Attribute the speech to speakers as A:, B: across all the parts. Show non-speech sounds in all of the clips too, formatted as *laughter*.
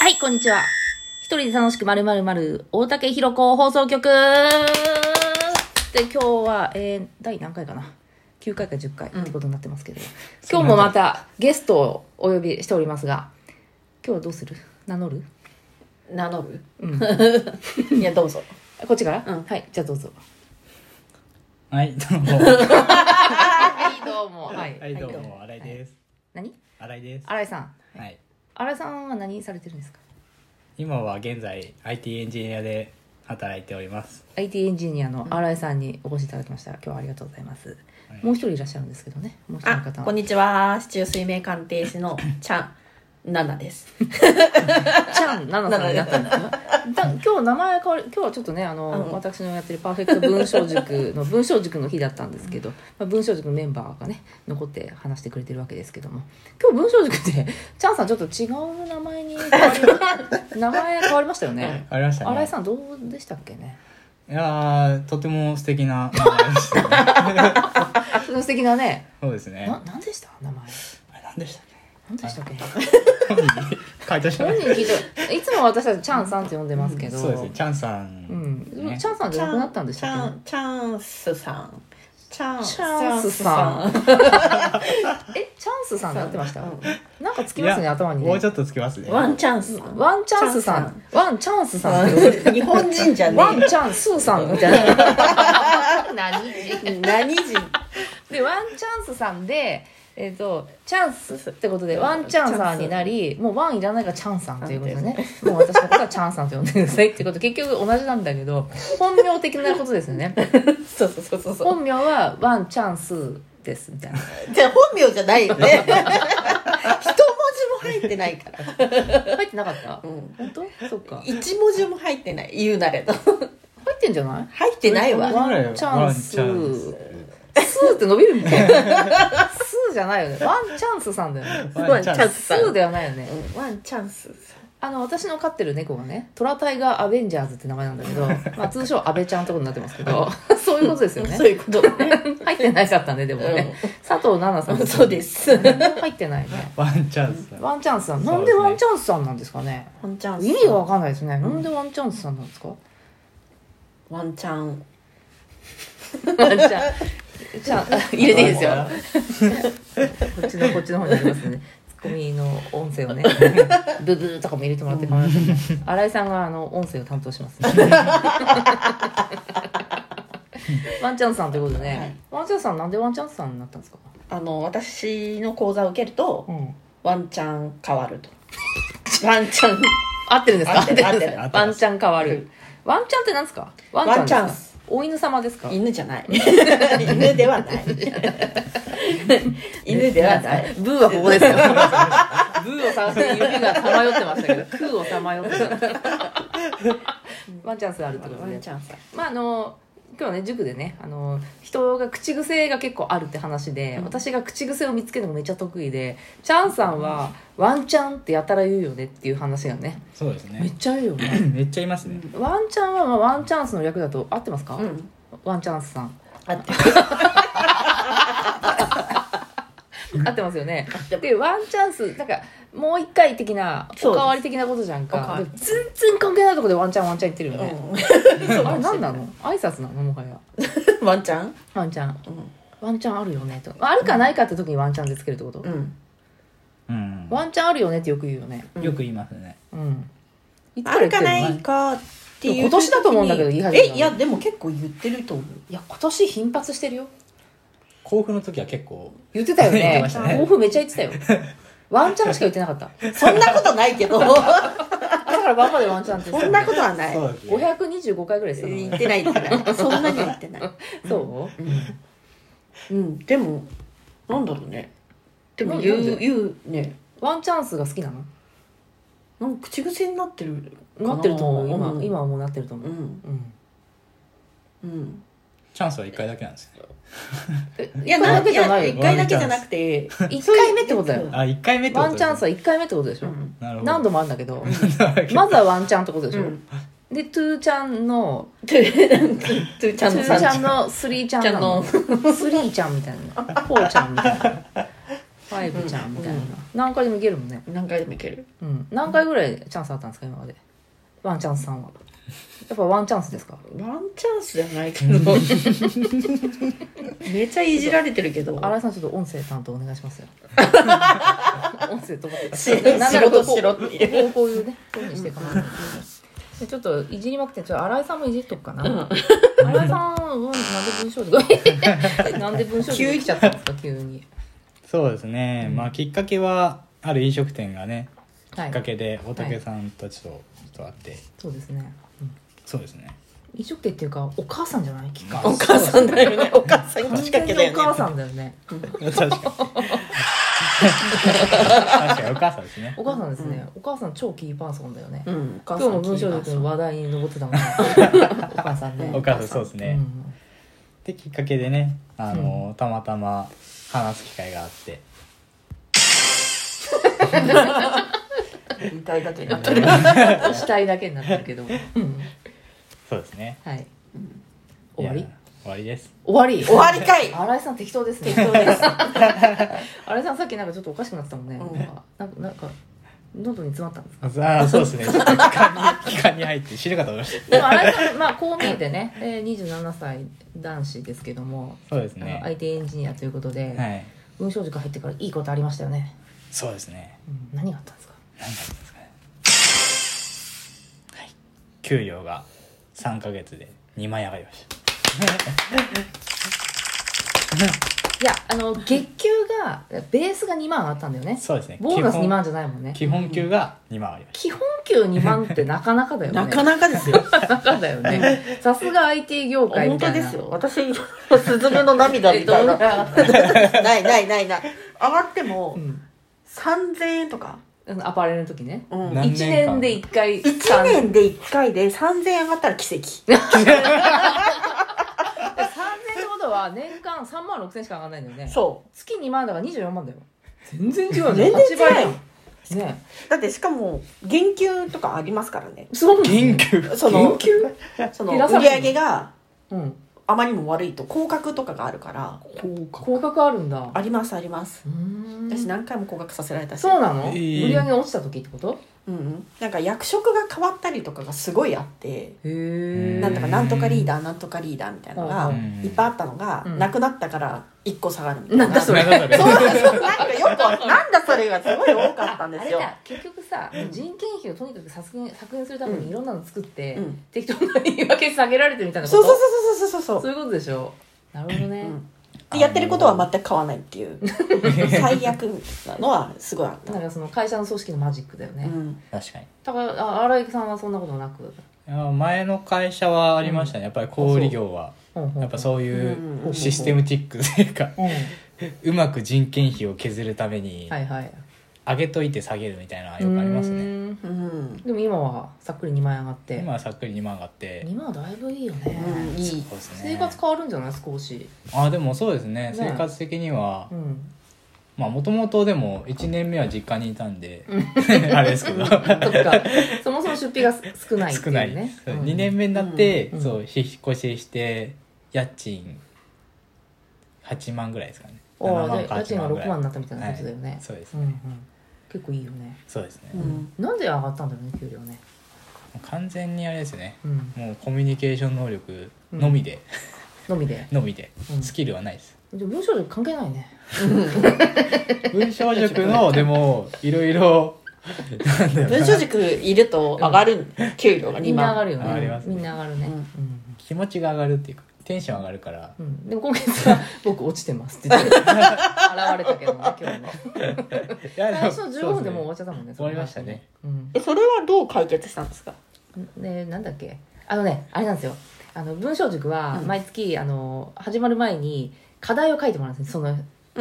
A: はい、こんにちは。一人で楽しくまるまるまる大竹ひろ子放送局で、今日は、えー、第何回かな ?9 回か10回ってことになってますけど、今日もまたゲストをお呼びしておりますが、今日はどうする名乗る
B: 名乗る、
A: うん
B: *laughs* いやどうぞ
A: あこっちから、
B: うん
A: はい、じゃあどうぞ。
C: はい、どうも。は
A: はい、どうも。はい、
C: い、どうも、新井です。
A: 何
C: 新井です。
A: 新井さん。
C: はい。
A: 新井さんは何されてるんですか
C: 今は現在、IT エンジニアで働いております。
A: IT エンジニアの新井さんにお越しいただきました。今日はありがとうございます。
C: はい
A: もう一人いらっしゃるんですけどね。もう一人の
B: あ
A: 方は
B: こんにちは市中水明鑑定士のちゃんナナです
A: ちゃん、ななさんになったんですね。 *laughs* だ今日名前変わり、今日はちょっとね、あの、
B: うん
A: 私のやってるパーフェクト文章塾の文章塾の日だったんですけど、まあ、文章塾のメンバーがね、残って話してくれてるわけですけども、今日文章塾で、ちゃんさんちょっと違う名前に変わ *laughs* り、名前変わりましたよね。
C: ありました
A: 新井
C: ね。
A: さんどうでしたっけね。
C: いやー、とても素敵な名前
A: *laughs*
C: でしたね。
A: あ、素敵なね。
C: そうですね。
A: な、なんでした名前。
C: あれ、なんでしたっ
A: なんでしたっけ
C: け本人に回答しま
A: 本
C: し
A: 人聞いて、いつも私たちチャンさんって呼んでますけ
C: た。
A: ど、
C: そうですね、チャンさ。
A: うんん、
C: ね
A: チャンさんじゃなくなったんでし
B: ち
A: たっ
B: ゃ
A: けね
B: んチャンスさんチャン
A: チャンスさんえ、チャンスさんになってました、なんかつきます
C: い
A: ね、
C: や
A: 頭に、ね。
C: もうちょっとつきますね。
B: ワンチャンスさん
A: ワンチャンスさん。ワンチャンスさんって
B: うん日本人じゃね
A: ワンチャンスーさんみたいな。何
B: え *laughs* 何人
A: で、ワンチャンスさんで、えっ、と、チャンスってことで、ワンチャンさんになり、もうワンいらないからチャンさんということでね。もう私のことはチャンさんと呼んでくださいってこと、結局同じなんだけど、本名的なことですよね。
B: そうそうそうそうそう
A: 本名はワンチャンスです、みたいな。
B: じゃあ本名じゃないよね一文字も入ってないから、
A: 入ってなかった
B: うん、
A: 本当そっか。入
B: 一文字も入ってない言うなれと
A: ってんじゃない
B: 入ってないわ
A: ワンチャンス。スーって伸びるみたいな。 *laughs* スーじゃないよね。ワンチャンスさんだよね。
C: ワンチャン
B: ワン
C: ス
B: チャン
A: スーではないよね。
B: うんワンチャンスさん
A: あの、私の飼ってる猫がね、トラタイガーアベンジャーズって名前なんだけ *laughs* ど、まあ通称アベちゃんってことになってますけ *laughs* ど、そういうことですよね
B: *laughs* そう。いうことだね
A: 入ってなかったね、でもね。佐藤奈々さん。
B: そう *laughs* です
A: 入ってないね。
C: ワンチャンスさん。
A: ワンチャンスさん。
C: そ
A: な
C: うですね
A: んでワンチャンスさんなんですかね。
B: ワンチャンス
A: 意味がわかんないですね。なんでワンチャンスさんなんですか
B: ワンチャン
A: じゃあ、じ
B: *laughs*
A: ゃあ、入れていいですよ。こっちの、こっちの方にありますね。ツッコミの音声を *laughs* ね、ブブーとかも入れてもらって構いませんね。新井さんがあの音声を担当し *laughs* ます、ワンチャンスさんということでね、ワンチャンスさんなんでワンチャンスさんになったんですか。
B: あの私の講座を受けると
A: うん、
B: ワンチャン変わると *laughs* ワンチャン
A: 合ってるんですか。
B: 合ってる合ってる
C: 合ってま
A: ワ
C: す
A: ンチャン変わる。ワンチャンってなんですか。ワンチャンですか。お犬様ですか。
B: 犬じゃ *laughs* ない *laughs* 犬ではない犬ではない
A: *laughs* ブーはここですよ。ブーを探して指がさまよってましたけど、クーをさまよってた。ワンチャンスあるってこと
B: ワン
A: で。
B: チャンさん
A: まああの今日ね塾でねあの人が口癖が結構あるって話で、
B: うん
A: 私が口癖を見つけるのめっちゃ得意でチャンさんは「ワンチャン」ってやたら言うよねっていう話がね
C: そうです
A: めっ
C: ね。
A: ちゃ言うよね
C: *coughs* めっちゃいますね。
A: ワンチャンは、まあ、ワンチャンスの略だと合ってますか、
B: うん
A: ワンチャンスさん
B: あって
A: *laughs* 合ってますよね
B: てま
A: でワンチャンスなんかもう一回的な
B: そう
A: お
B: です
A: かわり的なことじゃん
B: おかわ
A: か
B: り
A: で全然関係ないとこでワンチャンワンチャン言ってるよね、
B: うん
A: あれ何なの挨拶なのもはや
B: ワンチャン
A: ワンチャン
B: うん
A: ワンチャンあるよねとあるかないかって時にワンチャンでつけるってこと、
B: *laughs* うん
C: うん。
A: ワンチャンあるよねってよく言うよね
C: よく言いますね。
A: うんいつ
B: あ
A: から言って
B: るか
A: るの
B: ないかっていう
A: 今年だと思うんだけど言い始めたの
B: えいやでも結構言ってると思う
A: いや今年頻発してるよ
C: 甲府の時は結構、
A: 言ってたよ
C: 言って
A: ね
C: ましたね
A: 抱負めっちゃ言ってたよワンチャンしか言ってなかった
B: そんなことない *laughs* けど
A: だから晩までワンチャンって言っ
B: そ
A: て
B: ん
A: た
B: なことはない
C: そうですね。
A: 525回ぐらいしてたの
B: 言
A: ね
B: ってない言ってない *laughs* そんなには言ってない
A: そう
B: うんでもなんだろうねでも
A: な
B: 言
A: なんで
B: う言うね
A: ワンチャンスが好きなの
B: なんか口癖になってるか
A: なってると思う今,、
B: ん
A: 今はもうなってると思
B: う
A: う、
B: ん
A: うん *laughs*
B: うん
C: チャンスは一回だけなんですね。
A: え
B: いや
A: 一回
B: な
A: だ
B: ん
A: けじゃない
B: 一
A: よ
B: 回だけじゃなくて
A: 1回目ってことだよ
C: あ、一回目ってこ
A: ワ
C: と
A: ン
C: です
A: チ
C: ね
A: ャンスは1回目ってことでし
B: う
A: ょ、
B: ん
C: なるほど。
A: 何度もあるんだけ
C: *laughs*
A: ど
C: も。
A: まずはワンチャンってことでしょ、
B: うん
A: でトゥーちゃんの
B: トゥトゥち
A: ト
B: ゃ
A: ゥ
B: んの
A: ー
B: さん
A: ちゃんのスリーちゃんなのスリーちゃんみたいなフォーちゃんみたいなファイブちゃんみたいな、何回でもいけるもんね、
B: 何回でもいける
A: うん、何回ぐらいチャンスあったんですか今までワンチャンスさんはやっぱワンチャンスですか
B: ワンチャンスじゃないけ *laughs* どめちゃいじられてるけど
A: 新井さんちょっと音声担当お願いします *laughs* よ音声と思ってた
B: し仕事しろっていう
A: こうこういうねこういうふうにしていかないとでちょっといじりまくってちょっと新井さんもいじっとくかな、新井さん、うん、なんで文章で *laughs* なんで文章で急に来ちゃったんですか急に
C: そうですね、まあきっかけはある飲食店がねき
A: は
C: っか
A: い
C: けで大竹さんたちとちょっと会って、
A: そうですね、うん、
C: そうです
A: *laughs*
C: ね
A: 飲食店っていうかお母さんじゃないきっか
C: お
B: お母さんだよねお母さん
A: 完
B: きっか
A: 全
B: け
A: に
B: だよ
A: お
B: ね
A: 母さんだよね
C: 確かに確かにお母さんですね
A: お母さんですね、お母さん超キーパーソンだよね、
B: うん
A: 今日の文章力の話題に上って *laughs* たもんねお母さんね
C: お母さんそうですね、
A: うん
C: できっかけでねあの、たまたま話す機会があって
B: 言いた *laughs* いだけになってる
A: 死体だけになってるけど、うん
C: そうですね
A: はい終わ
C: い
A: り
C: や終わりです
A: 終わり
B: *laughs* 終わりかい
A: 新井さん適当ですね
B: そうです
A: 新井さんさっきなんかちょっとおかしくなってたもんね、
B: うん
A: なんかなんかなんか喉に詰まったんです
C: ああそうですねちょっと期間に期間に入って知るかと思いました
A: でも新井さん、まあ、こう見えてね、えー、27歳男子ですけども、
C: そうです
A: あの
C: ね
A: IT エンジニアということで、
C: はい
A: 文章塾入ってからいいことありましたよね、
C: そうですね
A: うん、何があったんですか
C: 何なんですかねはい給料が3ヶ月で2万円上がりました
A: いやあの月給がベースが2万あったんだよね
C: そうですね
A: ボーナス
C: 基本
A: 2万じゃないもんね
C: 基本給が2万上がりまし
A: 基本給2万ってなかなかだよね
B: *laughs* なかなかですよ
A: なかなかだよ *laughs* ねさすが IT 業界
B: 本
A: みた
B: 当
A: いな
B: ですよ私スズメの涙みたいな *laughs* ないないないない上がっても
A: うん
B: 3000円とか、
A: あ *laughs* のアパレルの時ね
B: うん、
C: な
B: 1
A: 1
C: 何年
A: 年
C: 間
A: で1回
B: 年で1回で3000円上がったら奇跡
A: 3年ってことは年間3万6千しか上がらないんだよね
B: そ
A: 月2万だから24万だよ全然違うよ
B: う
A: ね
B: 全然違う
A: 8倍だ
B: よ
A: よね
B: だってしかも減給とかありますからね
A: そう
C: た
A: ね
C: 減給
B: そ
C: *laughs*
B: の *laughs* その
A: 減らさ
B: 売
A: れる
B: り上げが
A: うん
B: あまりにも悪いと降格とかがあるから
A: 広角あるんだ
B: ありますあります
A: うーん
B: 私何回も降格させられたし
A: そうなの、
C: えー
A: 売り上げ落ちた時ってこと
B: うんうん、なんか役職が変わったりとかがすごいあって
A: へ
C: う
A: え
C: ん
B: なんとかなんとかリーダーなんとかリーダーみたいなのが
C: うん
B: いっぱいあったのが
A: うん
B: なくなったから1個下がるみたいな
A: なんだそれ
C: なんだ
B: そ
C: そうれ
B: そうなんかよくなんだそれがすごい多かったんで
A: あ
B: す
A: れ
B: よ。
A: だ結局さ人件費をとにかく削減削減するため
B: うん
A: にいろんなの作って、
B: うん
A: 適当な言い訳下げられてるみたいなこと
B: そうそうそうそうそうそう
A: そういうことでしょなるほどね、
B: うんでやってることは全く変わらないっていう最悪なのはすごいあった
A: なんかその会社の組織のマジックだよね、
B: うん
C: 確かに
A: だからあ荒井さんはそんなことなく
C: いや前の会社はありましたねやっぱり小売業はやっぱそ
B: うんう
C: う
B: ん
C: い
B: うん
C: うシステムチックというか
A: うん、うん、
C: うまく人件費を削るために
A: はいはい
C: 上げといて下げるみたいなのはよくあります
A: う
C: ね
A: ーん
B: うん
A: でも今はさっくり2万円上がって
C: 今はさっくり2万上がって
A: 2万はだいぶいいよね、
B: うんいい
C: そうですね
A: 生活変わるんじゃない少し
C: あでもそうですね
A: ね
C: 生活的には *laughs*
A: うん
C: まあもともとでも1年目は実家にいたんであれですけど
A: そっかそもそも出費が少ないってい
C: 少
A: う
C: ない
A: ね
C: そう
A: うん
C: 2年目になって
A: うん
C: そう引っ越しして家賃8万ぐらいですかね
A: お
C: 7
A: ー
C: 万
A: で
C: か
A: 家
C: 8
A: 賃が
C: 万
A: 6
C: ぐら
A: 万
C: い
A: になったみたいなことだよね、
C: はいそうです
A: うんうん、結構いいよね
C: そうですね
B: う
C: も
B: ん
A: なんで上がったんだろうね給料ね
C: う完全にあれですね
A: うん
C: もうコミュニケーション能力のみで
A: のみで
C: のみで
A: うん
C: スキルはないです
A: でも文章力関係ないね
C: 文章塾の *laughs* でもいろいろなんだろうな
B: 文章塾いると上がるん給料が
A: み
B: 2
A: んな上が
B: 万
A: るよ
C: 上がりま
A: ね
C: すね
A: みんな上がるね
B: うん
A: うん
C: 気持ちが上がるっていうかテンション上が
A: *laughs*
C: るから
A: うん、でも今月
C: *laughs*
A: は「僕落ちてます」って言って現れたけどね今
C: *laughs*
A: 日ね
C: いや
A: 最初の15分でもう終
C: も
A: わっちゃったもんね
C: 終わりましたね、
A: うん、
B: えそれはどう解決したんですか
A: でなんだっけあのねあれなんですよあの文章塾は
B: うん
A: 毎月、あの始まる前に課題を書いてもらうんですねその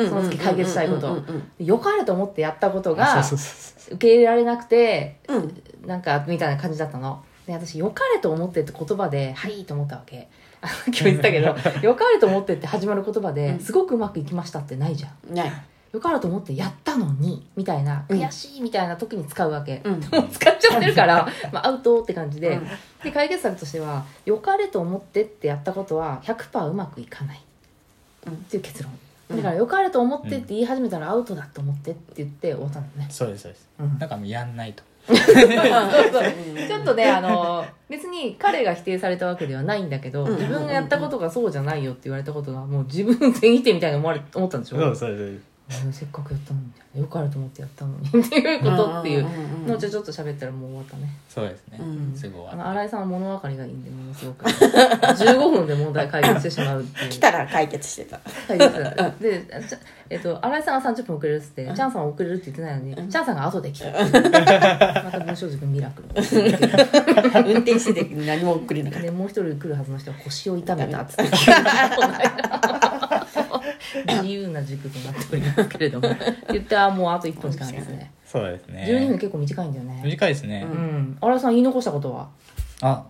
B: そ
A: の月解決したいことよかれと思ってやったこと
C: あ
A: が
C: そうそうそう
A: 受け入れられなくて
B: うん
A: なんかみたいな感じだったので私「よかれと思って」って言葉で「はい」と思ったわけあの今日言ってたけ
B: *laughs*
A: ど「よかれと思って」って始まる言葉
B: う
A: で
B: ん
A: すごくうまくいきましたってないじゃん
B: ない
A: よかれと思ってやったのにみたいな
B: うん
A: 悔しいみたいな時に使うわけ、
B: うん
A: もう使っちゃってるから、 *laughs* まあ、アウトって感じで,、
B: *laughs* うん
A: で解決策としてはよかれと思ってってやったことは100%うまくいかない、
B: うん
A: っていう結論だからよかれと思ってって言い始めたらアウトだと思ってって言って終わったのね、
C: そうですそうです、
A: *laughs* うん
C: なんかもうやんないと
A: *laughs* ちょっとねあの別に彼が否定されたわけではないんだけど、
B: うん
A: 自分がやったことがそうじゃないよって言われたことがもう自分全否定みたいに思われ思ったんでしょ、
C: そうですそうですそうです
A: あのせっかくやったのによくあると思ってやったのにっていうことっていう
B: うん
A: もうちょちょっと喋ったらもう終わったね
C: そうですね、
B: うん
C: すぐ
A: あ
C: 終わる
A: の新井さんは物分かりがいいんでものすごく15分で問題解決してしまうっていう
B: *laughs* 来たら解決してた
A: 解決で、ちゃえっと、新井さんは30分遅れるっつってチャンさんは遅れるって言ってないのにチャンさんが後で来た
B: *laughs*
A: また文章塾ミラクル
B: 運転してて何も送れなかっ
A: でもう一人来るはずの人は腰を痛めたっ *laughs* つって自由な塾となっておりますけれども言ってあもうあと1分しかないですね
C: そうですね
A: 12分結構短いんだよね
C: 短いですね、
A: うん、新井さん言い残したことは
C: あ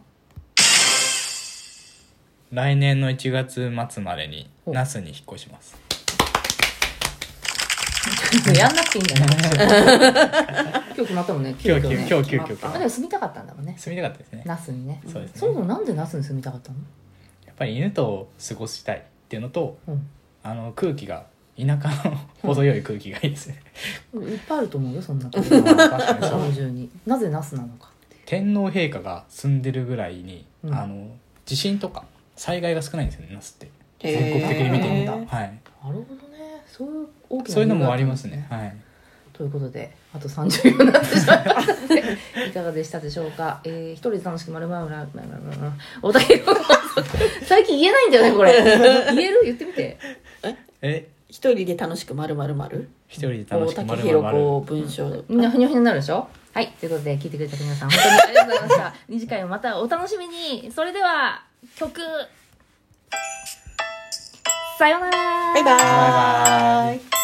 C: 来年の1月末までに
A: ほう
C: 那須に引っ越
A: *laughs*
C: します
A: やんなくていいんだよ、ね、今日決まったもんね
C: 今日
A: 急遽ね
C: 今日急遽
A: あでも住みたかったんだもんね
C: 住みたかったですね
A: ナスにね
C: そうですね
A: そもそもなんでナスに住みたかったの
C: やっぱり犬と過ごしたいっていうのと
A: うん
C: あの空気が田舎の程よい空気がいいですね
A: いっぱいあると思うよそんなと *laughs* こ
C: *laughs* 確かにそう
A: 日中になぜナスなのか
C: 天皇陛下が住んでるぐらいに、
A: うん
C: あの地震とか災害が少ないんですよね那須って
B: た
C: 全国的に見てみ
B: へ
C: た、
B: ー
C: はい、
A: なるほどねそういう大きな
C: そういうのもありますね、はい、
A: ということであと30秒になってしまいましたのでいかがでしたでしょうか、 *laughs* えー、一人で楽しくまるまるまるまるまるまるおたけの最近言えないんじゃないこれ言える言ってみて
C: え
B: 一人で楽しくまるまるまる
C: 一人で楽
B: 大
C: しく
B: 竹
C: 丸
B: ひろ
C: 々
B: 子文章
A: みんなふにゃふにゃになるでしょはいということで聞いてくれた皆さん本当にありがとうございました *laughs* 二次会もまたお楽しみにそれでは曲さようなら
B: バイバ
C: バイバ
B: ーイ
C: イ